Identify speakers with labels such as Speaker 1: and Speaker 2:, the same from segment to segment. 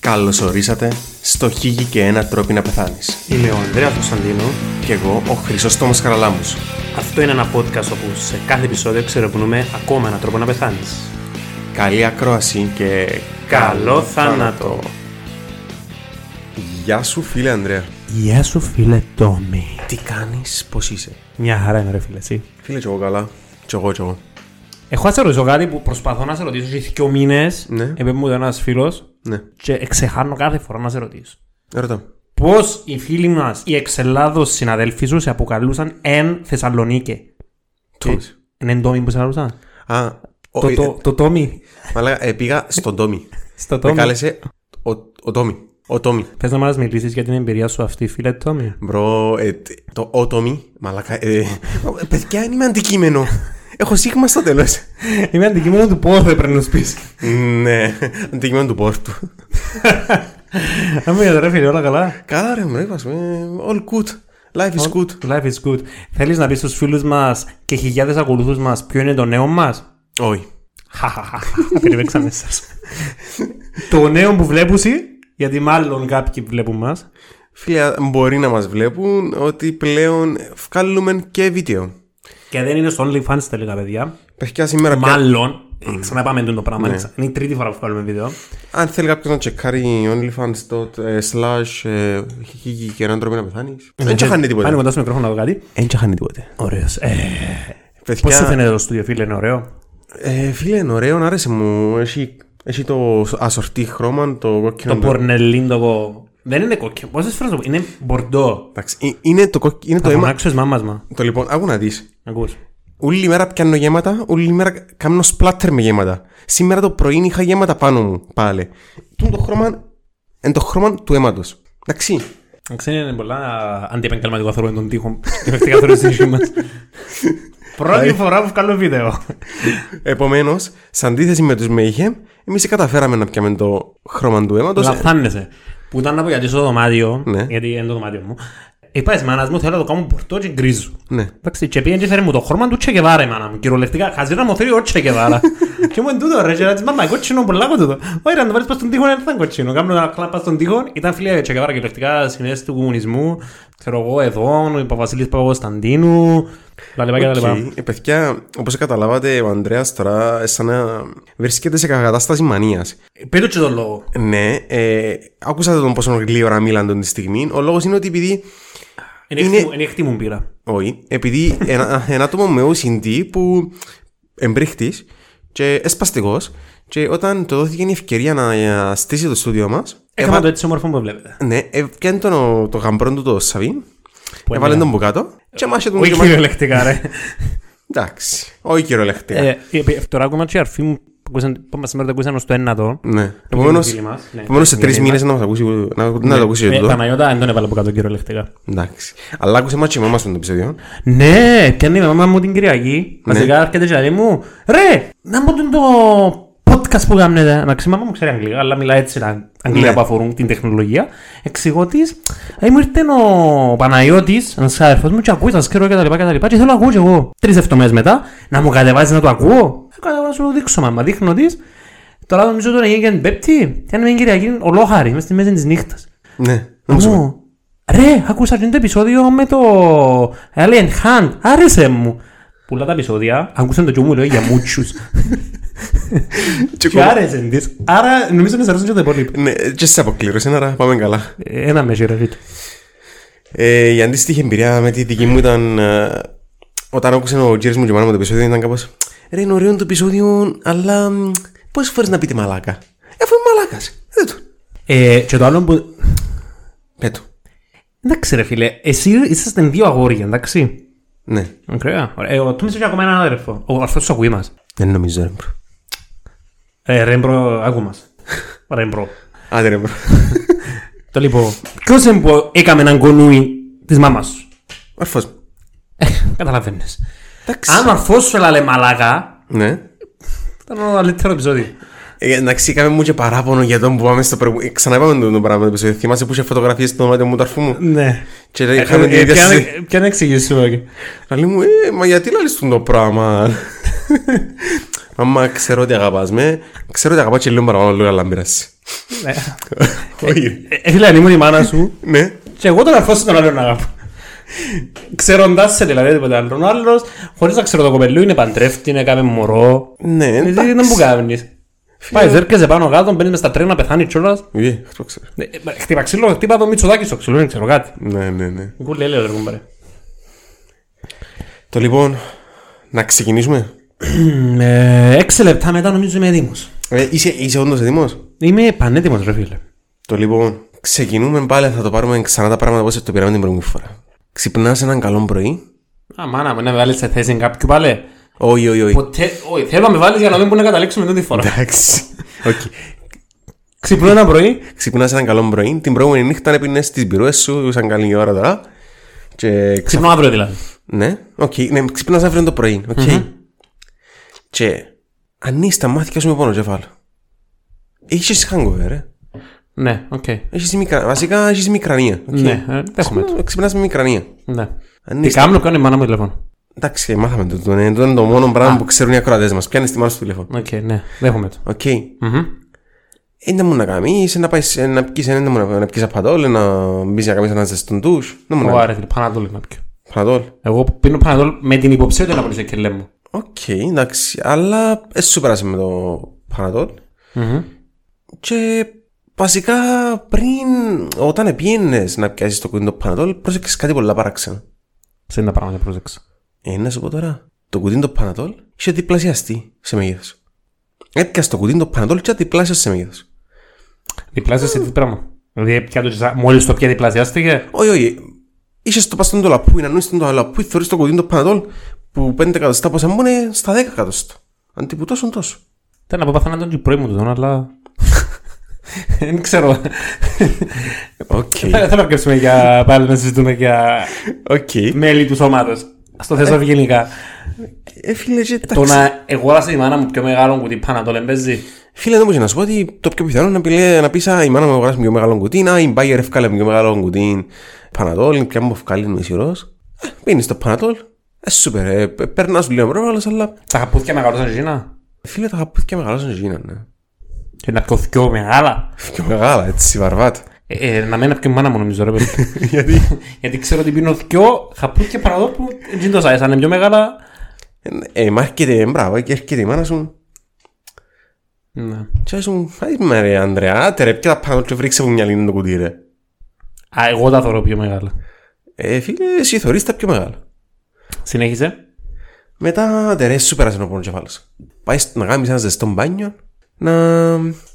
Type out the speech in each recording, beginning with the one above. Speaker 1: Καλώς ορίσατε στο Χίγη και ένα τρόπο να πεθάνεις.
Speaker 2: Είμαι ο Ανδρέας Κωνσταντίνο.
Speaker 1: Κι εγώ ο Χρυσόστομος Χαραλάμπους.
Speaker 2: Αυτό είναι ένα podcast όπου σε κάθε επεισόδιο ξερευνούμε ακόμα έναν τρόπο να πεθάνεις.
Speaker 1: Καλή ακρόαση και...
Speaker 2: Καλό θάνατο!
Speaker 1: Γεια σου φίλε Ανδρέα.
Speaker 2: Γεια σου φίλε Τόμι.
Speaker 1: Τι κάνεις, πώς είσαι.
Speaker 2: Μια χαρά είναι ρε φίλε εσύ.
Speaker 1: Φίλε κι εγώ καλά. Κι εγώ κι εγώ.
Speaker 2: Έχω να σε ρωτήσω κάτι που προσπαθώ να σε ρωτήσω και δύο μήνες.
Speaker 1: Ναι.
Speaker 2: Επέμπει μου ένας φίλος
Speaker 1: Ναι.
Speaker 2: και ξεχάνω κάθε φορά να σε ρωτήσω.
Speaker 1: Ερώτα.
Speaker 2: Πώς οι φίλοι μας, οι εξελάδος συναδέλφοι σου σε αποκαλούσαν εν Θεσσαλονίκη.
Speaker 1: Τόμις.
Speaker 2: Είναι εν Τόμι που σε ρωτούσαν.
Speaker 1: Α, ο-
Speaker 2: Το-
Speaker 1: ε,
Speaker 2: το- Το Τόμι.
Speaker 1: μαλάκα, ε, πήγα στον Τόμι.
Speaker 2: Στο
Speaker 1: Με
Speaker 2: Τόμι.
Speaker 1: κάλεσε ο, ο Τόμι. Ο Τόμι.
Speaker 2: Θες να μας μιλήσεις για την εμπειρία σου αυτή, φίλε Τόμι.
Speaker 1: Μπρο, ε, τ- το ο Τόμι. Μαλάκα, ε, ε, παιδιά, είμαι αντικείμενο. Έχω σίγμα στο τέλος.
Speaker 2: Είμαι αντικείμενο του πόθου έπρεπε να σου πεις.
Speaker 1: ναι, αντικείμενο του πόρτου.
Speaker 2: Να μου ρε φίλε, όλα καλά.
Speaker 1: Καλά ρε μωρέ, είπα, ε, all good. Life is good.
Speaker 2: Life is good. Θέλεις να πεις στους φίλους μας και χιλιάδες ακολουθούς μας ποιο είναι το νέο μας.
Speaker 1: Όχι.
Speaker 2: Χαχαχα, περιπέξαμε σας. Το νέο που βλέπουσι, γιατί μάλλον κάποιοι βλέπουν μας.
Speaker 1: Φίλε, μπορεί να μας βλέπουν ότι πλέον βγάλουμε και βίντεο.
Speaker 2: Και δεν είναι στο OnlyFans τελικά, παιδιά.
Speaker 1: Παιδιά, σήμερα πια-
Speaker 2: Μάλλον, ε, ξαναπάμε το πράγμα,
Speaker 1: Ναι.
Speaker 2: είναι η τρίτη φορά που βγάλουμε βίντεο.
Speaker 1: αν θέλει κάποιος να τσεκάρει onlyfans.slash ε, χίγη και έναν τρόπο να πεθάνεις. Δεν τσεχάνει
Speaker 2: Πάνε
Speaker 1: τίποτε.
Speaker 2: κοντά στο μικρόφωνο να δω κάτι.
Speaker 1: Δεν τσεχάνει τίποτε.
Speaker 2: Ωραίος. Ε, Πώς σου
Speaker 1: Παιδιά,
Speaker 2: φαίνεται το στούντιο, φίλε, είναι ωραίο.
Speaker 1: ε, φίλε, είναι ωραίο, άρεσε μου. Έχει, έχει το ασορτή χρώμα, το κόκκινο.
Speaker 2: Το πορνελίντογο. Δεν είναι κόκκινο. Πόσες φορές το πω. Είναι μπορντό.
Speaker 1: Εντάξει, ε, είναι το, κόκκι- είναι το
Speaker 2: Το
Speaker 1: αίμα.
Speaker 2: φωνάξω μάμας μα.
Speaker 1: Το λοιπόν, άκου να δεις.
Speaker 2: Ακούς.
Speaker 1: Όλη μέρα πιάνω γέματα, όλη μέρα κάνω σπλάτερ με γέματα. Σήμερα το πρωί είχα γέματα πάνω μου πάλι. Τούν το χρώμα είναι το χρώμα του αίματος. Εντάξει.
Speaker 2: Ξέρετε, είναι πολλά αντιεπαγγελματικό θεωρώ τον τοίχο. Τελευταία θεωρώ στη ζωή μας. Δηλαδή, Πρώτη φορά που βγάλω βίντεο.
Speaker 1: Επομένως, σε αντίθεση με τους Mayhem, εμείς καταφέραμε να πιάμε το χρώμα του αίματος.
Speaker 2: Λαφθάνεσαι. Που ήταν να απογειατήσω το δωμάτιο,
Speaker 1: Ναι.
Speaker 2: γιατί είναι το δωμάτιο μου. Είπα εις μάνας μου, θέλω να το κάνω πορτό και γκρίζο.
Speaker 1: Ναι.
Speaker 2: Εντάξει, και πήγαινε και φέρε μου το χρώμα του Τσεκεβάρα η μάνα μου. Κυριολεκτικά, χαζίνα μου θέλει ο Τσεκεβάρα. Και μου εντούτο ρε, και λέει, μάμα, κότσινο πολλά κότσινο το. Όχι, αν το βάλεις πας στον τοίχο, δεν ήταν κότσινο. Κάμουν να κλάμα πας στον τοίχο, ήταν φίλια Τσεκεβάρα κυριολεκτικά συνέσεις του κομμουνισμού. Ξέρω εγώ, εδώ, ο Παπαβασίλης Παπαγωνσταντίνου, τα λοιπά και τα λοιπά.
Speaker 1: Okay. Ε, παιδιά, όπως καταλάβατε, ο Ανδρέας τώρα σαν να βρίσκεται σε κατάσταση μανίας.
Speaker 2: Πες του και τον λόγο.
Speaker 1: Ναι, ε, άκουσατε τον πόσο γλύωρα μίλαν τη στιγμή. Ο λόγος είναι ότι επειδή
Speaker 2: Είναι
Speaker 1: Είναι-
Speaker 2: χτυμ- Είναι χτυμούν πήρα.
Speaker 1: Όχι, επειδή ένα, ένα άτομο με OCD που εμπρίχτης και εσπαστικός, και όταν του δόθηκε η ευκαιρία να ε, στήσει το στούντιο μας,
Speaker 2: Έκανα το έτσι όμορφο που βλέπετε.
Speaker 1: ναι, έπιανε τον ο- το γαμπρόν του το Σαβίν, έβαλε
Speaker 2: έμενα.
Speaker 1: τον που κάτω, και μάσε τον
Speaker 2: Όχι
Speaker 1: γεμάτο.
Speaker 2: κυριολεκτικά ρε.
Speaker 1: Εντάξει, όχι κυριολεκτικά.
Speaker 2: Ε, επί- Τώρα ακόμα και η αρφή μου που ακούσαν- που μας σήμερα το ακούσαν ως το ένατο.
Speaker 1: Ναι. Επομένω,
Speaker 2: φίλοι μας, ναι.
Speaker 1: σε τρει μήνες να μας ακούσει. Να, να το ακούσει
Speaker 2: Ε,
Speaker 1: εδώ.
Speaker 2: Παναγιώτα δεν τον έβαλα από κάτω κυριολεκτικά.
Speaker 1: Εντάξει. Αλλά άκουσε μάτσι μαμά στον επεισόδιο.
Speaker 2: Ναι, πιάνει η μαμά μου την Κυριακή. Βασικά έρχεται και λέει μου, ρε, να μου τον το podcast που κάνετε. Να ξέρει, η μαμά μου ξέρει αγγλικά, αλλά μιλάει έτσι τα αγγλικά
Speaker 1: Ναι.
Speaker 2: που αφορούν την τεχνολογία. Εξηγώ της, «Ε, μου ήρθε ο Παναγιώτης, ένας αδερφός μου, και ακούει, σας ξέρω και τα λοιπά και τα λοιπά. Και θέλω να ακούω κι εγώ. Τρεις εβδομάδες μετά, να μου κατεβάζεις να το ακούω. Ε, κατεβάζω να σου το δείξω, μαμά. Δείχνω της. Τώρα νομίζω ότι έγινε πέπτη. Ήταν μια Κυριακή ολόχαρη, μέσα στη μέση της νύχτας.
Speaker 1: Ναι.
Speaker 2: Μου, ρε, άκουσα και το επεισόδιο με το Alien Hunt, άρεσε μου. Πολλά τα επεισόδια, άκουσαν το και μου λέω για μούτσους. και άρεσε της, άρα νομίζω να σε αρέσουν και τα υπόλοιπα.
Speaker 1: Ναι, και σε αποκλήρωσε, άρα πάμε καλά.
Speaker 2: Ένα με ρε φίλε.
Speaker 1: Ε, η αντίστοιχη εμπειρία με τη δική μου ήταν. ε, όταν άκουσε ο Τζέρις μου και η μάνα μου το επεισόδιο, ήταν κάπως. Ρε, είναι ωραίο το επεισόδιο, αλλά. Πόσες φορές να πείτε μαλάκα. Ε, αφού είμαι μαλάκας. Δεν το.
Speaker 2: Ε, Και το άλλο που...
Speaker 1: Πέτω.
Speaker 2: Εντάξει ρε φίλε, εσύ ήσασταν δύο αγόρια, εντάξει.
Speaker 1: Ναι.
Speaker 2: Ωραία. Ωραία. Ε, Ο Τούμις είχε ακόμα έναν αδερφό. Ο αδερφός σου ακούει μας.
Speaker 1: Δεν νομίζω, ρε. μπρο.
Speaker 2: Ε, Ρέμπρο, άκου μας. Ρέμπρο.
Speaker 1: Άντε, ρε. μπρο.
Speaker 2: Το λοιπόν, ποιος είναι που έκαμε έναν κονούι της μάμας σου.
Speaker 1: Ορφός μου.
Speaker 2: Ε, Καταλαβαίνεις.
Speaker 1: Εντάξει.
Speaker 2: Αν ο αρφός σου έλαλε μαλάκα,
Speaker 1: Ναι.
Speaker 2: Ήταν ένα καλύτερο επεισόδιο.
Speaker 1: Ε, Εντάξει, είχαμε μου και παράπονο για τον που πάμε στο ε, προηγούμενο. Ξαναπάμε το το πράγμα το επεισόδιο. Θυμάσαι που είχε φωτογραφίες στο δωμάτιο μου του αρφού μου.
Speaker 2: Ναι. ε,
Speaker 1: Και λέει, είχαμε την ίδια συζήτηση.
Speaker 2: Ποια να εξηγήσουμε.
Speaker 1: Λέει μου, ε, μα γιατί λαλείς τον το πράγμα. Άμα ξέρω ότι αγαπάς με, ξέρω ότι αγαπάς και λίγο παραπάνω λίγο αλλά μοιράσαι.
Speaker 2: Ναι.
Speaker 1: Όχι.
Speaker 2: Ε, φίλε, αν ήμουν η μάνα σου,
Speaker 1: Ναι.
Speaker 2: και εγώ τον αρχώ στον άλλον να αγαπώ. Ξέροντας σε δηλαδή τίποτα άλλο. Ο άλλος, χωρίς να ξέρω το κοπελού, είναι παντρεύτη, είναι κάμε μωρό.
Speaker 1: Ναι,
Speaker 2: Δηλαδή
Speaker 1: εντάξει.
Speaker 2: δεν μου κάνεις. Πάει, έρχεσαι πάνω κάτω, μπαίνεις μες στα τρένα, πεθάνει κιόλας.
Speaker 1: Ε, αυτό ξέρω.
Speaker 2: Ναι, ε, Χτύπα ξύλο, χτύπα το Μητσοτάκη στο ξύλο, δεν ξέρω κάτι.
Speaker 1: Ναι, ναι, ναι.
Speaker 2: Γκουλ λέει, ρε κουμπάρε.
Speaker 1: Το λοιπόν, να ξεκινήσουμε.
Speaker 2: Ε, Έξι λεπτά μετά νομίζω είμαι έτοιμος.
Speaker 1: Ε, είσαι, είσαι όντως έτοιμος.
Speaker 2: Είμαι πανέτοιμος ρε φίλε.
Speaker 1: Το λοιπόν, ξεκινούμε πάλι, θα το πάρουμε ξανά τα πράγματα όπως το πήραμε την προηγούμενη φορά. Ξυπνάς έναν καλό πρωί.
Speaker 2: Α, μάνα μου, να με βάλεις σε θέση κάποιου πάλι.
Speaker 1: Όχι, όχι, όχι.
Speaker 2: Ποτέ, όχι, θέλω να με βάλεις για να μην μπορεί να καταλήξουμε τότε τη φορά.
Speaker 1: Εντάξει. Οκ.
Speaker 2: Ξυπνώ ένα πρωί,
Speaker 1: Ξυπνάς έναν καλό πρωί. Την προηγούμενη νύχτα έπινες τις πυρούες σου, σαν καλή ώρα τώρα. Και ξε-
Speaker 2: ξυπνώ αύριο δηλαδή.
Speaker 1: Ναι, οκ. Ναι, ξυπνάς αύριο το πρωί. οκ. Και ανοίγεις τα μάτια σου με πόνο κεφάλαιο. Έχεις hangover, ε.
Speaker 2: Ναι, οκ.
Speaker 1: Έχεις μικρα... Βασικά έχεις μικρανία. οκ.
Speaker 2: Ναι, ε, δέχομαι το.
Speaker 1: Ξυπνάς με μικρανία.
Speaker 2: Ναι. Τι
Speaker 1: Ανοίγεις τα-
Speaker 2: κάνω, κάνω η μάνα μου τηλέφωνο.
Speaker 1: Εντάξει, μάθαμε το. Το είναι το είναι το μόνο πράγμα που ξέρουν οι ακροατές μας. Πιάνεις τη μάνα στο τηλέφωνο.
Speaker 2: Οκ, ναι, δέχομαι το.
Speaker 1: Οκ.
Speaker 2: Μμμ.
Speaker 1: Είναι μου να κάνεις, να πάεις ε, να πεις ένα μου να- να πεις απατόλ, να μπεις να κάνεις ένα ζεστόν ντους. Να μου να
Speaker 2: Ω, άρε, φίλε, Παναδόλ να πιω.
Speaker 1: Πανατόλ.
Speaker 2: Εγώ πίνω Παναδόλ με την υποψία ότι είναι απολύτω κελέ μου.
Speaker 1: Οκ, εντάξει, αλλά εσύ σου πέρασε με το Πανατόλ.
Speaker 2: Μμμ.
Speaker 1: Και βασικά πριν, όταν πήγαινες να πιάσεις το κουτί το Πανατόλ, πρόσεξες κάτι πολλά παράξενο.
Speaker 2: Σε είναι τα πράγματα, πρόσεξα.
Speaker 1: Ε, να σου πω τώρα, το κουτί το Πανατόλ είχε διπλασιαστεί σε μέγεθος. Έπιασε το κουτί το Πανατόλ και διπλάσιασε σε μέγεθος.
Speaker 2: Διπλάσια σε τι πράγμα. Δηλαδή, πια το τζιζά- μόλις το πια διπλασιάστηκε.
Speaker 1: Όχι, όχι. Είσαι στο παστόν του λαπού, είναι ανούσιν του λαπού, θωρείς το κοντίνο το πανατόλ που 5 εκατοστά πόσα μου είναι στα 10 εκατοστά. Αντί που τόσο τόσο.
Speaker 2: Ήταν από παθανά τον και πρωί μου του τον, αλλά. Δεν ξέρω.
Speaker 1: Οκ.
Speaker 2: Θέλω να πιάσουμε για πάλι να συζητούμε για
Speaker 1: Οκ.
Speaker 2: μέλη του σώματος. Ας το θέσω ευγενικά.
Speaker 1: Ε, φίλε, και
Speaker 2: Το
Speaker 1: εντάξει.
Speaker 2: να εγόρασε η μάνα μου πιο μεγάλο κουτί πάνω το λεμπέζι.
Speaker 1: Φίλε, δεν μπορείς να σου πω ότι το πιο πιθανό είναι να, πει, να πεις «Α, η μάνα μου αγοράσει πιο μεγάλο κουτί, να η Bayer ευκάλε πιο μεγάλο κουτί πανατόλ, πια μου ευκάλει με ισηρός». Ε, Πίνεις το πανατόλ, ε, σούπερ, ε, ε, περνάς λίγο πρόβαλος, αλλά
Speaker 2: Τα χαπούθια μεγαλώσαν Ζήνα.
Speaker 1: φίλε τα χαπούθηκια μεγαλώσαν γίναν, ναι.
Speaker 2: Και να πιω πιο μεγάλα.
Speaker 1: Πιο μεγάλα, έτσι, βαρβάτα.
Speaker 2: Ε, ε, να μένα πιο η μάνα μου νομίζω ρε παιδί.
Speaker 1: Γιατί
Speaker 2: Γιατί ξέρω ότι πίνω πιο χαπούθια πάνω εδώ που δεν το σάισα. Αν είναι πιο μεγάλα.
Speaker 1: Ε, μα έρχεται, μπράβο, και έρχεται η μάνα σου.
Speaker 2: Ναι.
Speaker 1: Και ας μου, «Άι, μα ρε Ανδρέα, άτε ρε, πια πάνω και βρίξε από μια λίμνη το κουτί ρε.
Speaker 2: Α, εγώ τα θεωρώ πιο μεγάλα.
Speaker 1: Ε, φίλε, εσύ θωρείς τα πιο μεγάλα.
Speaker 2: Συνέχισε.
Speaker 1: Μετά, τε ρε, σου πέρασε ο πόνο κεφάλος. Πάει στο- να κάνεις ένα ζεστό μπάνιο, να,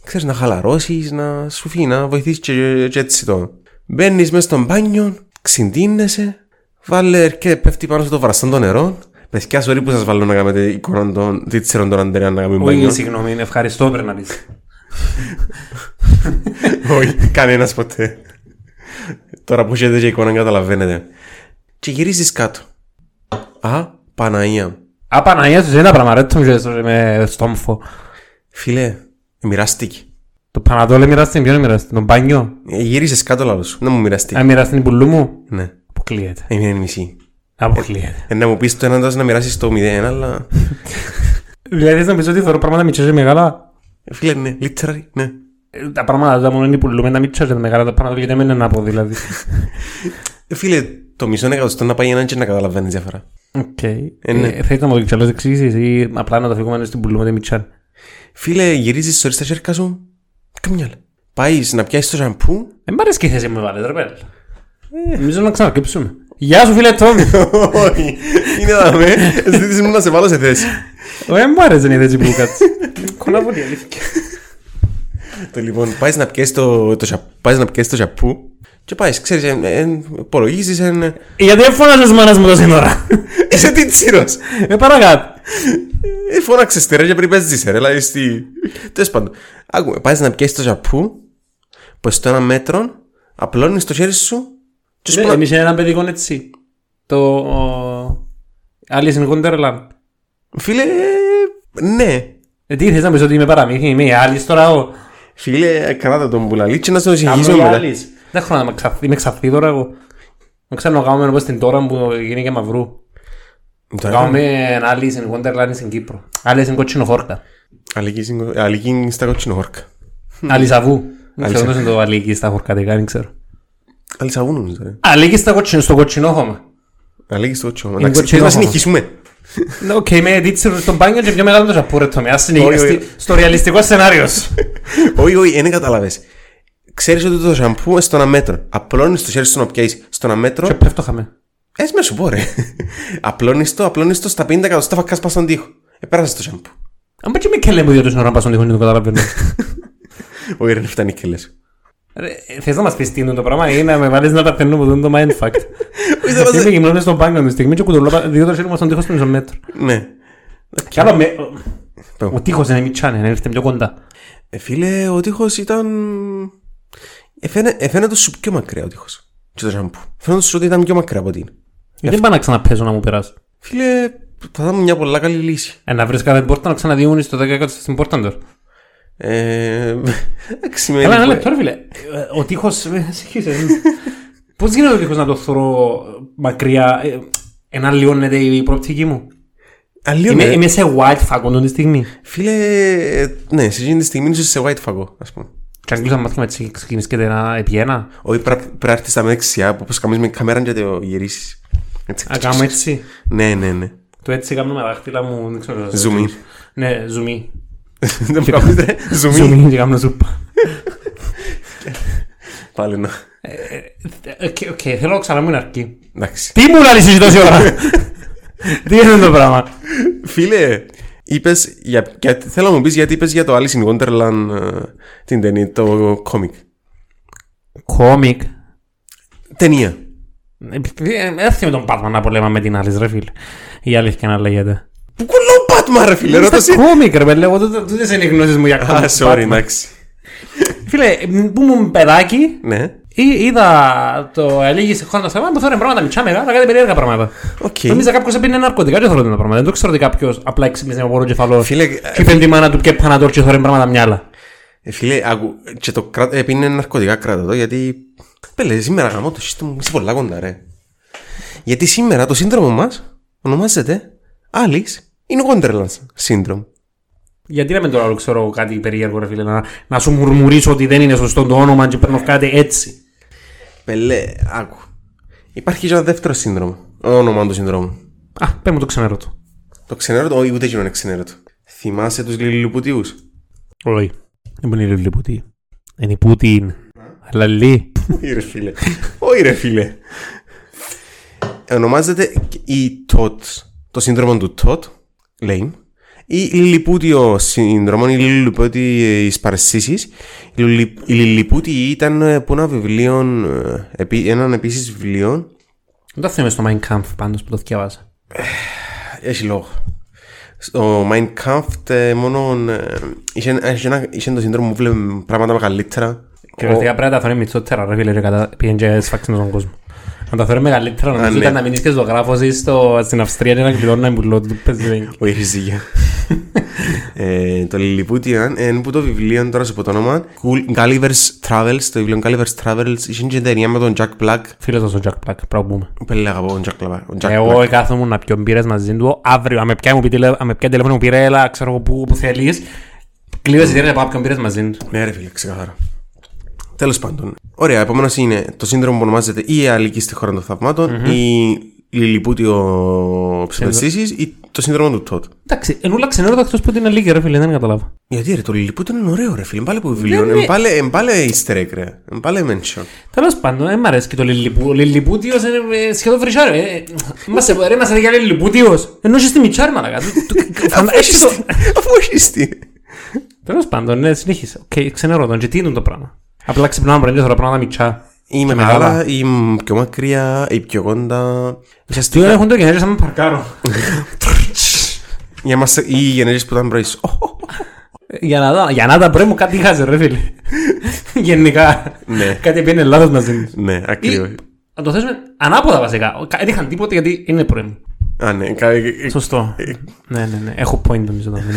Speaker 1: ξέρεις, να χαλαρώσεις, να σου φύγει, να βοηθήσεις και, και έτσι το. Μπαίνεις μέσα στο μπάνιο, ξυντίνεσαι, βάλε και πέφτει πάνω στο βραστό το νερό. Παιδιά, sorry που σας βάλω να κάνετε εικόνα των τίτσερων των Ανδρέα να κάνουμε μπάνιο.
Speaker 2: Όχι, συγγνώμη, ευχαριστώ πρέπει να πεις.
Speaker 1: Όχι, κανένας ποτέ. Τώρα που έχετε και εικόνα, καταλαβαίνετε. Και γυρίζεις κάτω. Α, Παναία. μου.
Speaker 2: Α, Παναγία, σου ένα πράγμα, ρε, το μιλήσω με στόμφο.
Speaker 1: Φίλε, μοιραστήκε.
Speaker 2: Το Παναδόλ μοιράστηκε, ποιον μοιράστηκε, τον Πάνιο.
Speaker 1: Γύρισες κάτω λαός σου. Να μου μοιραστεί.
Speaker 2: Αν μοιράστηκε την πουλού μου,
Speaker 1: Ναι,
Speaker 2: αποκλείεται.
Speaker 1: έμεινε η μισή.
Speaker 2: Αποκλείεται.
Speaker 1: Ε, να μου πεις το ένα τόσο να μοιράσεις το μηδέν, αλλά.
Speaker 2: Δηλαδή, θες να πεις ότι θεωρώ πράγματα μικρά και μεγάλα.
Speaker 1: Ε, Φίλε, ναι, literally, ναι.
Speaker 2: Ε, Τα πράγματα τα μόνο είναι πουλούμε, τα μικρά και τα μεγάλα, τα Παναδόλ, γιατί δεν είναι ανάποδο, δηλαδή.
Speaker 1: Ε, Φίλε, το μισό εκατοστό να πάει έναν και να καταλαβαίνεις διαφορά.
Speaker 2: Οκ.
Speaker 1: Ε, ναι.
Speaker 2: Ε, Θέλεις να μου το ξαλώς εξηγήσεις ή απλά να το αφηγούμε στην πουλούμε, τα μικρά.
Speaker 1: Φίλε, γυρίζεις σωρί τα χέρια σου. Καμιά άλλη. Πάεις να πιάσεις το σαμπού.
Speaker 2: Δεν Ε, μ' αρέσει και η θέση που με βάλετε, ρε πέλα. Νομίζω να ξαναρκύψουμε. Γεια σου, φίλε Τόμι.
Speaker 1: Όχι, είναι δαμέ. Ζήτησε μου να σε βάλω σε θέση.
Speaker 2: Δεν μου Ε, άρεσε η θέση που κάτσε. Κοναβολή, αλήθεια.
Speaker 1: Το λοιπόν, πάεις να πιέσει το, το, σα- πάεις να πιέσεις το σαπού και πάεις, ξέρεις, εν, εν, υπολογίζεις. Εν, ε,
Speaker 2: Γιατί δεν φωνάζεις μάνας μου τα σύνορα.
Speaker 1: είσαι τίντσιρο!
Speaker 2: Ε, παρακάτω.
Speaker 1: Ε, φώναξες τη ρε, και πριν παίζεις, ρε, δηλαδή στη. Τέλος πάντων. Άκουμε, πάει να πιέσει το σαπού, που στο ένα μέτρο, απλώνεις το χέρι σου και σου
Speaker 2: Ναι,
Speaker 1: πλα-
Speaker 2: Εμείς είναι ένα παιδικό έτσι. Το... Άλλη in Wonderland.
Speaker 1: Φίλε, ε, ναι.
Speaker 2: Ε, Τι θες να πεις ότι είμαι παραμύθι, είμαι η Άλλη τώρα εγώ.
Speaker 1: Φίλε, κράτα τον πουλαλί και να σε
Speaker 2: Κάνω η
Speaker 1: συγχύσουμε μετά.
Speaker 2: Άλλη. Δεν έχω να με ξαφθεί, είμαι ξαφθεί τώρα εγώ. Να ξαναγάμε όπως την τώρα που γίνει και μαυρού.
Speaker 1: Ε.
Speaker 2: Κάνουμε Alice in Wonderland στην Κύπρο. Alice in Κοτσινοχόρτα.
Speaker 1: Αλική στα κοτσινοχόρκα.
Speaker 2: Αλισαβού. Ξέρω δεν το αλίκι στα χορκατικά, δεν ξέρω.
Speaker 1: Αλισαβού νομίζω. ε.
Speaker 2: Αλίκι στα κοτσινο, στο κοτσινόχωμα.
Speaker 1: Αλίκη στο κοτσινό. Εντάξει, θέλω
Speaker 2: κοτσινό
Speaker 1: να
Speaker 2: χώμα.
Speaker 1: συνεχίσουμε.
Speaker 2: Ναι, Οκ, με δίτσερο στον μπάνιο και πιο μεγάλο το σαπούρετο με. Ας είναι
Speaker 1: Όχι,
Speaker 2: στη-
Speaker 1: όχι.
Speaker 2: στο ρεαλιστικό σενάριος.
Speaker 1: Όχι, όχι, δεν κατάλαβες. Ξέρεις ότι το σαμπού είναι στον αμέτρο. Απλώνεις το χέρι στον πιάσεις στον αμέτρο.
Speaker 2: Και πέφτω χαμέ.
Speaker 1: Ες με σου πω ρε. Απλώνεις το, απλώνεις το στα 50 εκατοστά φακάς πας στον τοίχο. Επέρασες το σαμπού.
Speaker 2: Αν πάει και με κελέ μου δύο τόση ώρα να πας στον τυχόν και το καταλαβαίνω.
Speaker 1: Όχι ρε, δεν φτάνει και λες.
Speaker 2: Ρε, Θες να μας πεις τι είναι το πράγμα ή να με βάλεις να τα παίρνουμε εδώ, είναι το mindfuck.
Speaker 1: θα μας-
Speaker 2: Είμαι γυμνός μες στον μπάνιο τη στιγμή και κουτουλώ δύο τόση μου στον τοίχο στο μισό μέτρο.
Speaker 1: Ναι.
Speaker 2: Κι άλλο με...
Speaker 1: Πέμπω.
Speaker 2: Ο τείχος είναι μητσάνε, να ήρθε πιο κοντά.
Speaker 1: Ε, φίλε, ο τείχος ήταν... Ε, Εφαίνε- Εφαίνεται σου πιο μακριά ο τείχος. Και το σαμπού. Φαίνεται σου ότι ήταν πιο μακριά από ότι είναι.
Speaker 2: Γιατί δεν πάω να ξαναπέζω να μου περάσει.
Speaker 1: Φίλε, θα ήταν μια πολλά καλή λύση.
Speaker 2: Ε, να βρεις κάθε πόρτα να ξαναδιούνεις το 10% στην πόρτα τώρα.
Speaker 1: Ε, εντάξει, με
Speaker 2: Έλα, ένα
Speaker 1: λυπο-
Speaker 2: λεπτό, ρε φίλε. Ε, Ο τείχος... ε, συγχύσε. Πώς γίνεται ο τείχος να το θωρώ μακριά, ε, ένα λιώνεται η προοπτική μου.
Speaker 1: Αλλιώνε,
Speaker 2: Είμαι,
Speaker 1: ρε.
Speaker 2: είμαι σε wild φαγόντον τη στιγμή.
Speaker 1: ε, Φίλε, ε, ναι, σε εκείνη τη στιγμή είσαι σε white φαγό, ας πούμε.
Speaker 2: Και αγγλικά μάθημα έτσι ξεκινήσκεται ένα επί ένα.
Speaker 1: Όχι, πρέ- πρέπει να έρθεις στα δεξιά, όπως κάνεις με κάμερα και το γυρίσεις. Έτσι.
Speaker 2: Α, κάνω έτσι.
Speaker 1: Ναι, ναι, ναι.
Speaker 2: Το έτσι κάνω με τα δάχτυλα μου, δεν ξέρω.
Speaker 1: Zoom in.
Speaker 2: Ναι, zoom in.
Speaker 1: Δεν μπορείς, ρε. Zoom in.
Speaker 2: Zoom in και κάνω σούπα.
Speaker 1: Πάλι να.
Speaker 2: Οκ, Ε, οκ, θέλω ξανά μου είναι αρκεί.
Speaker 1: Εντάξει.
Speaker 2: Τι μου λαλείς εσύ τόση ώρα. Τι είναι το πράγμα.
Speaker 1: Φίλε, είπες, για, για- θέλω να μου πεις γιατί είπες για το Alice in Wonderland ε, την ταινία, το κόμικ.
Speaker 2: Κόμικ.
Speaker 1: Ταινία.
Speaker 2: Έρθει με τον Batman να πολέμα με την άλλη, ρε φίλε. Η αλήθεια να λέγεται.
Speaker 1: Πού κολλώ Batman ρε φίλε, ρώτασε.
Speaker 2: Κόμικ, ρε παιδί, τούτες είναι οι γνώσεις μου για
Speaker 1: Α,
Speaker 2: κόμικ.
Speaker 1: sorry, εντάξει.
Speaker 2: Φίλε, που ήμουν παιδάκι,
Speaker 1: Ναι,
Speaker 2: Ή- είδα το Ελίγης σε χώρα θέμα που θέλουν πράγματα μητσά μεγάλα, κάτι περίεργα πράγματα.
Speaker 1: οκ.
Speaker 2: Νομίζω κάποιος έπαιρνε ναρκωτικά και θέλουν τα πράγματα. Δεν το ξέρω ότι κάποιος απλά ξύπνησε με πόνο κεφαλό.
Speaker 1: Φίλε,
Speaker 2: και είπε τη μάνα του και πανατόρ και θέλουν πράγματα μυαλά.
Speaker 1: Ε, Φίλε, άκου, και το κράτο, επίνε ναρκωτικά κράτο το, γιατί... Πέλε, σήμερα γαμώ το σύστημα, είσαι πολλά κοντά, ρε. Γιατί σήμερα το σύνδρομο μας ονομάζεται Alice in Wonderland Syndrome.
Speaker 2: Γιατί να μην τώρα ξέρω εγώ, κάτι περίεργο, ρε φίλε, να, να σου μουρμουρίσω ότι δεν είναι σωστό το όνομα και παίρνω κάτι έτσι.
Speaker 1: Πελέ, άκου. Υπάρχει και ένα δεύτερο σύνδρομο. Όνομα του συνδρόμου.
Speaker 2: Α, πες μου το ξαναρώ του.
Speaker 1: Το ξενέρωτο, όχι, ούτε εκείνο είναι ξενέρωτο. Θυμάσαι τους λιλιπουτιούς.
Speaker 2: Όχι. Δεν μπορεί να λιλιπούτη. Είναι Πούτιν. Αλλά λί.
Speaker 1: Όχι ρε φίλε. Όχι ρε φίλε. Ονομάζεται η TOT. Το σύνδρομο του TOT. Λέιμ. Ή λιλιπούτιο σύνδρομο, η ε, λιλιπούτιε παρασύσει. Οι λιλιπούτιοι ήταν ε, που ένα βιβλίο, ε, επί- έναν επίσης βιβλίο.
Speaker 2: Δεν το θυμάμαι στο Mein Kampf πάντως που το διαβάζα.
Speaker 1: Έχει λόγο. Στο Mein Kampf ε, μόνο ε, είχε, είχε ένα- είχε το σύνδρομο που βλέπουμε πράγματα μεγαλύτερα.
Speaker 2: Και ρωτήκα πρέπει να τα φέρει μητσότερα ρε φίλε ρε κατά πήγαινε και σφάξε τον κόσμο. Να τα φέρει μεγαλύτερα νομίζω
Speaker 1: ναι.
Speaker 2: ήταν να μείνεις και στο γράφος ή στο, στην Αυστρία και να κλειδώνει να μπουλώ του παίζει.
Speaker 1: Ο Ιριζίγια. ε, το Λιλιπούτιαν είναι που το βιβλίο τώρα σε το όνομα. Cool- Gulliver's Travels, το βιβλίο Gulliver's Travels, είχε και ταινία με τον Jack Black.
Speaker 2: Φίλος σας ο Jack Black, πρέπει να πούμε.
Speaker 1: Πέλε αγαπώ τον Jack Black. Ο Jack Black.
Speaker 2: Εγώ κάθομαι να πιω μπύρες μαζί του αύριο. Αν με πιάει μου πει τηλε- αν με πιάει τηλέφωνο μου πει ρε έλα ξέρω εγώ που, που θέλεις. Κλείω εισιτήρια να πάω να πιω μπύρες μαζί του.
Speaker 1: Ναι, ρε φίλε, ξεκάθαρα. Τέλος πάντων. Ωραία, επόμενος είναι το σύνδρομο που ονομάζεται ή η Αλική στη χώρα των θαυματων ή Λιλιπούτιο ψευδεστήσει ή το σύνδρομο του Τότ.
Speaker 2: Εντάξει, ενούλα ξενέρωτα εκτός που είναι λίγη ρε φίλε, δεν καταλάβα.
Speaker 1: Γιατί ρε, το Λιλιπούτιο είναι ωραίο, ρε φίλε. Μπάλε που βιβλίο.
Speaker 2: Δεν είναι-
Speaker 1: Μπάλε easter egg, ρε. Μπάλε mention.
Speaker 2: Τέλος πάντων, δεν μ' αρέσει και το Λιλιπού. Ο Λιλιπούτιος είναι ε, σχεδόν φρυσάρ. ε, ε, Είμαστε ρε, είμαστε για Λιλιπούτιος. Ενώ είσαι στη Μιτσάρ, μαλακά. Του-
Speaker 1: Ε,
Speaker 2: του- φαντα- έτσι το-
Speaker 1: Αφού έχεις τι.
Speaker 2: Τέλος πάντων, ναι, συνέχισε. Οκ, ξενερώ τον. Και τι είναι το πράγμα. Απλά ξυπνάμε πριν και θέλω πράγματα μητσά.
Speaker 1: Είμαι
Speaker 2: μεγάλα.
Speaker 1: μεγάλα, είμαι πιο μακριά, είμαι πιο κοντά.
Speaker 2: Τι ώρα έχουν το γενέριο σαν να παρκάρω.
Speaker 1: Για μας, οι γενναίες που ήταν πρωίς. Ω, ω, ω.
Speaker 2: Για να, δω- για να τα πρωί μου κάτι χάζε ρε φίλε. Γενικά.
Speaker 1: Ναι.
Speaker 2: Κάτι πήγαινε λάθος μαζί μου.
Speaker 1: Ναι, ακριβώς.
Speaker 2: Να το θέσουμε ανάποδα βασικά. Ο- κα- Δεν είχαν τίποτα γιατί είναι πρωί μου.
Speaker 1: Α, ναι, κα- ε, ε,
Speaker 2: Σωστό. ναι, ναι, ναι. Έχω point νομίζω. να μην-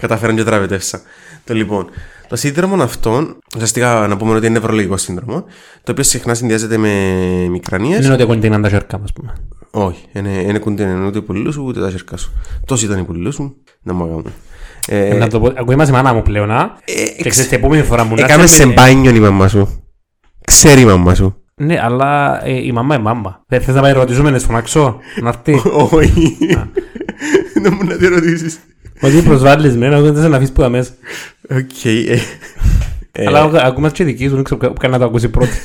Speaker 1: καταφέραν και τραβετεύσα. Το λοιπόν, το σύνδρομο αυτόν, ουσιαστικά να πούμε ότι είναι νευρολογικό σύνδρομο, το οποίο συχνά συνδυάζεται με
Speaker 2: Δεν είναι
Speaker 1: μικρανίες.
Speaker 2: ότι εγώ την ανταγερκά, ας πούμε.
Speaker 1: Όχι, είναι κουντέν ούτε οι πουλί σου ούτε τα σέρκα σου. Τόσο ήταν οι πουλί σου, να μου αγάπη. Ε,
Speaker 2: Να το πω, ακούει μας η μάνα μου πλέον, α.
Speaker 1: ε,
Speaker 2: Και ξέρεις, την επόμενη φορά που να
Speaker 1: Έκαμε σε μπάνιο η μαμά σου. Ξέρει η μαμά σου.
Speaker 2: Ναι, αλλά ε, η μαμά είναι μάμα. Δεν θες να πάει ερωτιζόμενες φωνάξω, να έρθει.
Speaker 1: Όχι. Δεν μου να τη ρωτήσεις.
Speaker 2: Ότι προσβάλλεις με, να δεν θες να αφήσεις που θα μέσα.
Speaker 1: Οκ. ε. Ε,
Speaker 2: Αλλά ακούμε και δική σου, δεν ξέρω καν να το ακούσει πρώτη.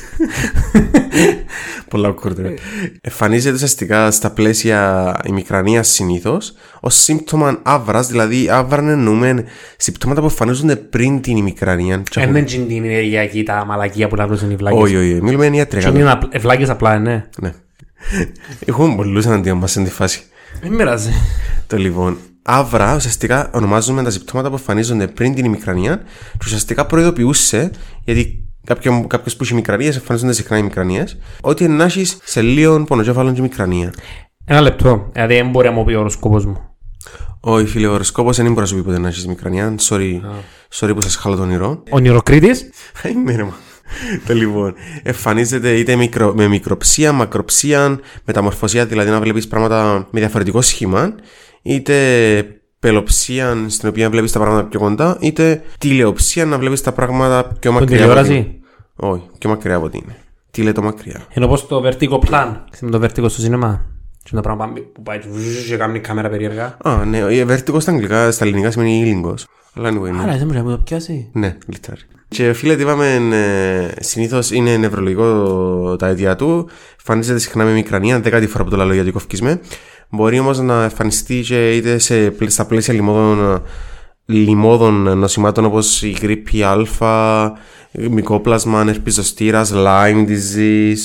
Speaker 1: Πολλά κορδερά. Εμφανίζεται ουσιαστικά στα πλαίσια ημικρανία συνήθως ως σύμπτωμα άβρας, δηλαδή άβρα εννοούμε συμπτώματα που εμφανίζονται πριν την ημικρανία.
Speaker 2: Ε, Δεν είναι την ενεργειακή τα μαλακία που λάβουν οι βλάκες.
Speaker 1: Όχι, όχι, μιλούμε για
Speaker 2: Και
Speaker 1: τρεγά.
Speaker 2: Είναι απλ- ε, βλάκες απλά, ε, ναι.
Speaker 1: Ναι. Έχουμε πολλούς εναντίον μα σε τη φάση.
Speaker 2: Δεν μοιράζει.
Speaker 1: Το λοιπόν. Άβρα ουσιαστικά ονομάζουμε τα συμπτώματα που εμφανίζονται πριν την ημικρανία και ουσιαστικά προειδοποιούσε γιατί κάποιο κάποιος που έχει μικρανίες εμφανίζονται συχνά οι μικρανίες ότι να έχεις σε λίγο πονοκέφαλον και μικρανία.
Speaker 2: Ένα λεπτό. Δηλαδή, δεν μπορεί να μου πει ο οροσκόπος μου.
Speaker 1: Όχι φίλε, ο οροσκόπος δεν μπορεί να σου πει ποτέ να έχεις μικρανία. Sorry, sorry που σας χάλω το όνειρο.
Speaker 2: Ο νηροκρίτης.
Speaker 1: Είμαι ρε μα. Το λοιπόν, εμφανίζεται είτε μικρο, με μικροψία, μακροψία, μεταμορφωσία, δηλαδή να βλέπεις πράγματα με διαφορετικό σχήμα, είτε πελοψία, στην οποία βλέπεις τα πράγματα πιο κοντά, είτε τηλεοψία, να βλέπεις τα πράγματα πιο μακριά. από
Speaker 2: τηλεόραση?
Speaker 1: ό,τι είναι. Όχι, πιο μακριά από ό,τι είναι. Τηλε το μακριά.
Speaker 2: Είναι όπως το vertigo plan. Ξέρετε το vertigo στο σινεμά. Και το πράγμα που πάει βζζζ και κάνει κάμερα περίεργα.
Speaker 1: Α, ναι, η βερτικός στα αγγλικά, στα ελληνικά σημαίνει ήλιγκος. Αλλά anyway, ναι.
Speaker 2: Άρα δεν μπορεί να μου το πιάσει.
Speaker 1: Ναι, λιτάρι. Και φίλε, τι είπαμε, συνήθως είναι νευρολογικό τα αίτια του. Εμφανίζεται συχνά με μικρανία, δεκάτη φορά που το λέω γιατί κοφκισμέ. Μπορεί όμως να εμφανιστεί και είτε σε, πλαι- στα πλαίσια λιμόδων, λιμόδων νοσημάτων όπως η γρήπη Α, μικρόπλασμα, ανερπιζοστήρας, Lyme disease.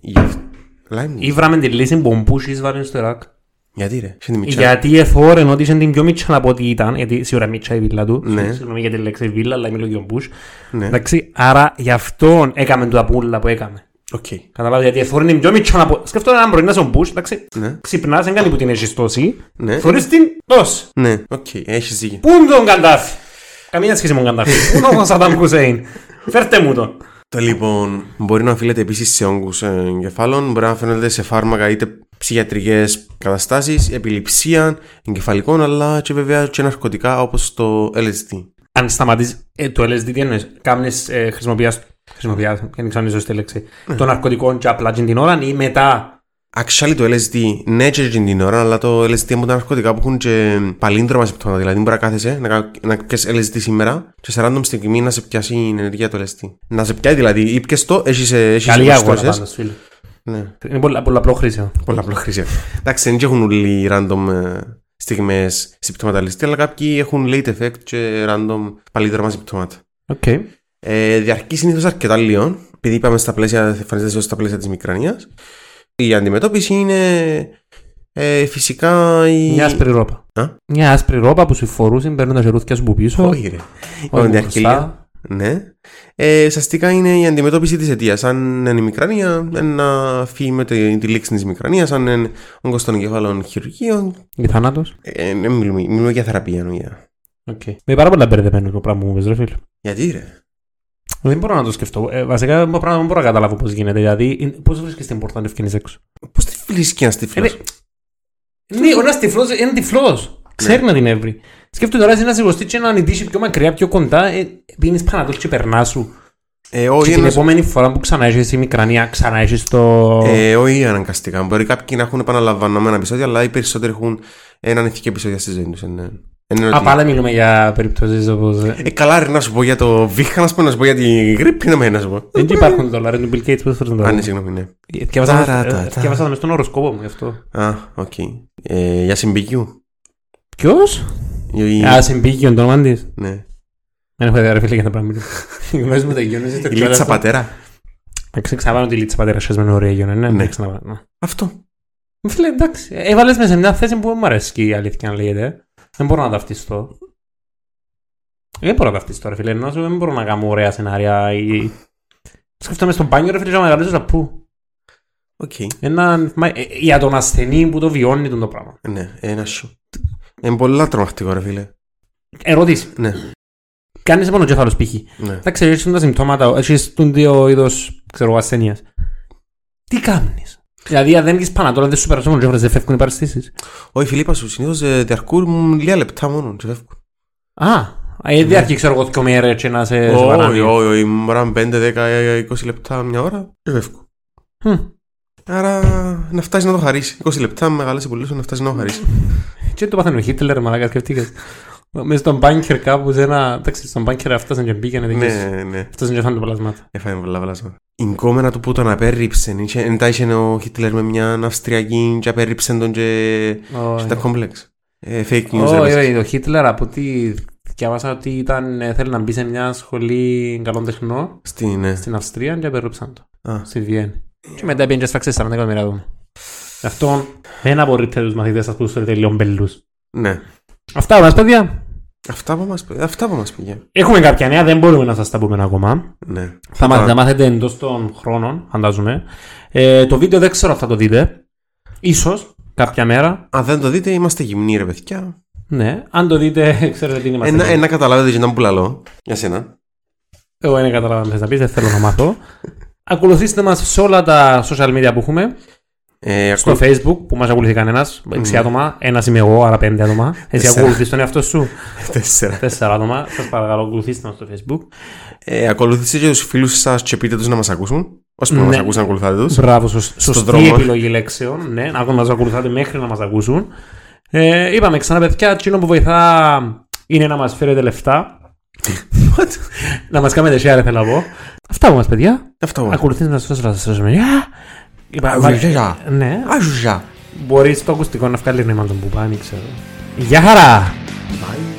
Speaker 1: γι- Lyme disease.
Speaker 2: Ή βράμε τη λύση που μπούσεις βάλει στο Ιράκ.
Speaker 1: Γιατί ρε, είναι μητσά.
Speaker 2: Γιατί εθώρεν ότι είσαι την πιο μίτσα από ό,τι ήταν, γιατί σίγουρα μίτσα η βίλα του. Συγγνώμη για τη λέξη βίλα, αλλά μιλώ για τον Μπούς. Εντάξει, άρα γι' αυτόν έκαμε τα πουλα που έκαμε.
Speaker 1: Οκ.
Speaker 2: Καταλάβατε, γιατί εθώρεν την πιο μίτσα από... Σκεφτώ έναν πρωί να είσαι ο Μπούς, εντάξει,
Speaker 1: Ναι.
Speaker 2: ξυπνάς, δεν κάνει που την έχεις τόση.
Speaker 1: Ναι.
Speaker 2: Θωρείς την τόσο.
Speaker 1: Ναι, οκ, έχεις δίκιο.
Speaker 2: Πού είναι τον Καντάφη. Καμία σχέση με τον Καντάφη. Πού είναι ο Σαντάμ Χουσέιν. Φέρτε μου τον.
Speaker 1: Το λοιπόν μπορεί να οφείλεται επίσης σε όγκους εγκεφάλων, μπορεί να φαίνονται σε φάρμακα είτε ψυχιατρικές καταστάσεις, επιληψία εγκεφαλικών, αλλά και βέβαια και ναρκωτικά όπως το LSD.
Speaker 2: αν σταματείς ε, το LSD, τι εννοείς, κάμνες ε, χρησιμοποιάς, χρησιμοποιάς, δεν ξέρω αν είναι σωστή λέξη, των ναρκωτικών και απλά τζιν την ώρα ή μετά.
Speaker 1: Actually το LSD ναι και εκείνη την ώρα, αλλά το LSD είναι από τα ναρκωτικά που έχουν και παλίντρομα συμπτώματα. Δηλαδή μπορεί να κάθεσαι να, κα- να πιες LSD σήμερα και σε random στιγμή να σε πιάσει η ενεργεία του LSD. Να σε πιάει δηλαδή, ή πιες το, έχεις, ε, έχεις
Speaker 2: Καλή αγορά
Speaker 1: επιπτώσεις.
Speaker 2: πάντως φίλε.
Speaker 1: Ναι.
Speaker 2: Είναι πολλά, πολλαπλό χρήσιο.
Speaker 1: Πολλαπλό χρήση. Εντάξει, δεν έχουν όλοι random στιγμές συμπτώματα ληστή, αλλά κάποιοι έχουν late effect και random παλιτερμα συμπτώματα.
Speaker 2: Οκ.
Speaker 1: Ε, διαρκεί συνήθως αρκετά λίγο, επειδή είπαμε στα πλαίσια, εμφανίζεται ίσως στα πλαίσια της μικρανίας. Η αντιμετώπιση είναι ε, φυσικά η.
Speaker 2: Μια άσπρη ρόπα.
Speaker 1: Α?
Speaker 2: Μια άσπρη ρόπα που σου φορούσε, παίρνουν τα γερούθια σου που πίσω.
Speaker 1: Όχι, ρε.
Speaker 2: όχι
Speaker 1: Λοιπόν,
Speaker 2: μπροστά.
Speaker 1: διαρκεί λίγο. Ναι. Ε, ουσιαστικά είναι η αντιμετώπιση της αιτίας. Αν είναι η μικρανία, ένα φύγει με τη, τη λήξη της μικρανίας. Αν είναι όγκος των εγκεφάλων χειρουργείων,
Speaker 2: Ή θάνατος.
Speaker 1: Ε, ναι, μιλούμε, μιλούμε για θεραπεία εννοώ. Για...
Speaker 2: Οκ. Με πάρα πολλά μπερδεμένο το πράγμα που μου πες, ρε φίλε.
Speaker 1: Γιατί ρε.
Speaker 2: Δεν μπορώ να το σκεφτώ. Ε, βασικά δεν μπορώ, δεν μπορώ να καταλάβω πώς γίνεται. Δηλαδή, είναι- πώς βρίσκεις την πόρτα να ευκαινείς έξω.
Speaker 1: Πώς τη βρίσκει ένας τυφλό.
Speaker 2: Ε, ρε, Ναι, ο ένας τυφλός είναι τυφλός.
Speaker 1: Ναι.
Speaker 2: Ξέρει να την έβρει. Σκέφτομαι τώρα σε να σηκωστεί και να ανητήσει πιο μακριά, πιο κοντά, ε, πίνεις Panadol και περνάς σου.
Speaker 1: Ε,
Speaker 2: Και
Speaker 1: όχι,
Speaker 2: την
Speaker 1: ένας...
Speaker 2: επόμενη φορά που ξανά έχεις η μικρανία, ξανά έχεις το...
Speaker 1: ε, όχι αναγκαστικά. Μπορεί κάποιοι να έχουν επαναλαμβανόμενα επεισόδια, αλλά οι περισσότεροι έχουν έναν ηθική επεισόδια στη ζωή τους. Ναι. Εννοώ
Speaker 2: Α,
Speaker 1: ότι-
Speaker 2: πάλι μιλούμε για περιπτώσεις όπως...
Speaker 1: Ε, καλά, ρε, να σου πω για το βήχα, να σου πω, να σου πω για τη γρήπη, να με να σου πω.
Speaker 2: Δεν και υπάρχουν δολάρια του Bill Gates που έφερε τον Ε,
Speaker 1: Α, ναι,
Speaker 2: δολάριο.
Speaker 1: συγγνώμη, ναι. Ταρα, ε. τα, τα.
Speaker 2: Διαβάσα το μες στον οροσκόπο μου γι' αυτό.
Speaker 1: Α, οκ. Ε, για συμπικιού.
Speaker 2: Ποιος?
Speaker 1: Η... η-
Speaker 2: Α, συμπήκε το όνομα της.
Speaker 1: ναι.
Speaker 2: Δεν έχω ιδέα ρε φίλε για τα πράγματα. Γνωρίζουμε τα γιόνες.
Speaker 1: Η λίτσα πατέρα.
Speaker 2: Ξαναπάνω τη λίτσα πατέρα σας με ωραία γιόνα, ναι.
Speaker 1: Ναι.
Speaker 2: δεν ξαναπάνω, ναι.
Speaker 1: Αυτό.
Speaker 2: Μου Φίλε, εντάξει, έβαλες με σε μια θέση που δεν μου αρέσει η αλήθεια να λέγεται. Δεν μπορώ να ταυτιστώ. Δεν μπορώ να ταυτιστώ, ρε φίλε. Ενώ σου δεν μπορώ να κάνω ωραία σενάρια. Ή... Σκέφτομαι στον μπάνιο, ρε φίλε, να μεγαλώσω ραπού.
Speaker 1: Οκ.
Speaker 2: Έναν... μα- ε, Για τον ασθενή που το βιώνει τον το πράγμα.
Speaker 1: Ναι, ένα σου. Είναι πολλά τρομακτικό, ρε φίλε.
Speaker 2: Ερώτηση.
Speaker 1: Ναι,
Speaker 2: Ε, Κάνεις μόνο κεφάλος πύχη.
Speaker 1: ναι.
Speaker 2: Εντάξει, έχεις τα συμπτώματα, έχεις τον δύο είδος, ξέρω, ασθένειας. Τι κάνεις. Δηλαδή, αν δεν βγεις πάνω τώρα, δεν σου περάσουν όλοι δεν φεύγουν οι παρεστήσει.
Speaker 1: Όχι, Φιλίπα σου, συνήθως διαρκούν λίγα λεπτά μόνο. και φεύγουν.
Speaker 2: Α, ε, δεν άρχισε εγώ δύο μέρες έτσι να σε
Speaker 1: Όχι,
Speaker 2: βαράνει.
Speaker 1: όχι, όχι. Μπορεί 5, 10, 20 ε, λεπτά μια ώρα και φεύγουν.
Speaker 2: Μμ.
Speaker 1: Άρα να φτάσει να το χαρίσει. 20 λεπτά μεγάλες πολλέ να φτάσει να το χαρίσει.
Speaker 2: Και το πάθανε ο Χίτλερ, μαλάκα, σκεφτήκες. Μες στον μπάνκερ κάπου, σε ένα... Εντάξει, στον μπάνκερ έφτασαν και μπήκανε, δεν ξέρεις.
Speaker 1: ναι, ναι.
Speaker 2: Έφτασαν και φάνε τα πλασμάτα.
Speaker 1: Έφαγε πολλά βλάσματα. Η κόμενα του που τον απέρριψε, εντά είχε ο Χίτλερ με μια Αυστριακή και απέρριψε τον και
Speaker 2: Όχι.
Speaker 1: ήταν κόμπλεξ. Ε, Fake news. ρε,
Speaker 2: Όχι,
Speaker 1: παιδιά.
Speaker 2: όχι, ο Χίτλερ από ό,τι διαβάσα ότι ήταν, ε, θέλει να μπει σε μια σχολή καλών τεχνών
Speaker 1: Στην, ναι.
Speaker 2: στην Αυστρία και απερρούψαν το,
Speaker 1: Α,
Speaker 2: στη Βιέννη. Και μετά πήγαινε και σφάξε 40 εκατομμύρια ευρώ. Γι' Αυτό δεν απορρίπτε τους μαθητές σας που τους θεωρείτε λίγο μπελούς.
Speaker 1: ναι.
Speaker 2: Αυτά μας παιδιά.
Speaker 1: Αυτά από μας, παιδιά. Αυτά από μας, παιδιά.
Speaker 2: Έχουμε κάποια νέα, δεν μπορούμε να σας τα πούμε ακόμα.
Speaker 1: Ναι.
Speaker 2: Θα μάθετε, θα μάθετε εντός των χρόνων, φαντάζομαι. Ε, το βίντεο δεν ξέρω αν θα το δείτε. Ίσως κάποια μέρα.
Speaker 1: Αν δεν το δείτε, είμαστε γυμνοί, ρε παιδιά.
Speaker 2: Ναι, αν το δείτε, ξέρετε τι είμαστε.
Speaker 1: Ένα, ένα καταλάβετε και ήταν που λαλώ. Για σένα.
Speaker 2: Εγώ δεν κατάλαβα τι θες να πεις, δεν θέλω να μάθω. Ακολουθήστε μας σε όλα τα social media που έχουμε.
Speaker 1: Ε, ακολου-
Speaker 2: Στο facebook που μας ακολουθεί κανένας, 6 άτομα. Ένας είμαι εγώ, άρα 5 άτομα. Εσύ
Speaker 1: Τέσσερα.
Speaker 2: ακολουθείς τον εαυτό σου,
Speaker 1: Τέσσερα.
Speaker 2: 4 άτομα. Σας παρακαλώ, ακολουθήστε μας στο facebook.
Speaker 1: Ε, ακολουθήστε και τους φίλους σας και πείτε τους να μας ακούσουν. Ώσπου να μας
Speaker 2: Ναι.
Speaker 1: ακούσουν, ακολουθάτε τους.
Speaker 2: Μπράβο, σωσ- σωστή
Speaker 1: δρόμο.
Speaker 2: επιλογή λέξεων. Ναι, να μας ακολουθάτε μέχρι να μας ακούσουν. Ε, είπαμε ξανά, παιδιά, εκείνο που βοηθά είναι να μας φέρετε λεφτά. να μας κάνετε share, θέλω να πω. Αυτά από μας, παιδιά.
Speaker 1: Αυτό μας.
Speaker 2: Ακολουθήστε μας στο social media. Είπα-
Speaker 1: Αζουζιά.
Speaker 2: Ναι,
Speaker 1: Αζουζιά.
Speaker 2: μπορείς το ακουστικό να βγάλει νόημα τον που πάνε, ξέρω. Γεια χαρά!
Speaker 1: Bye.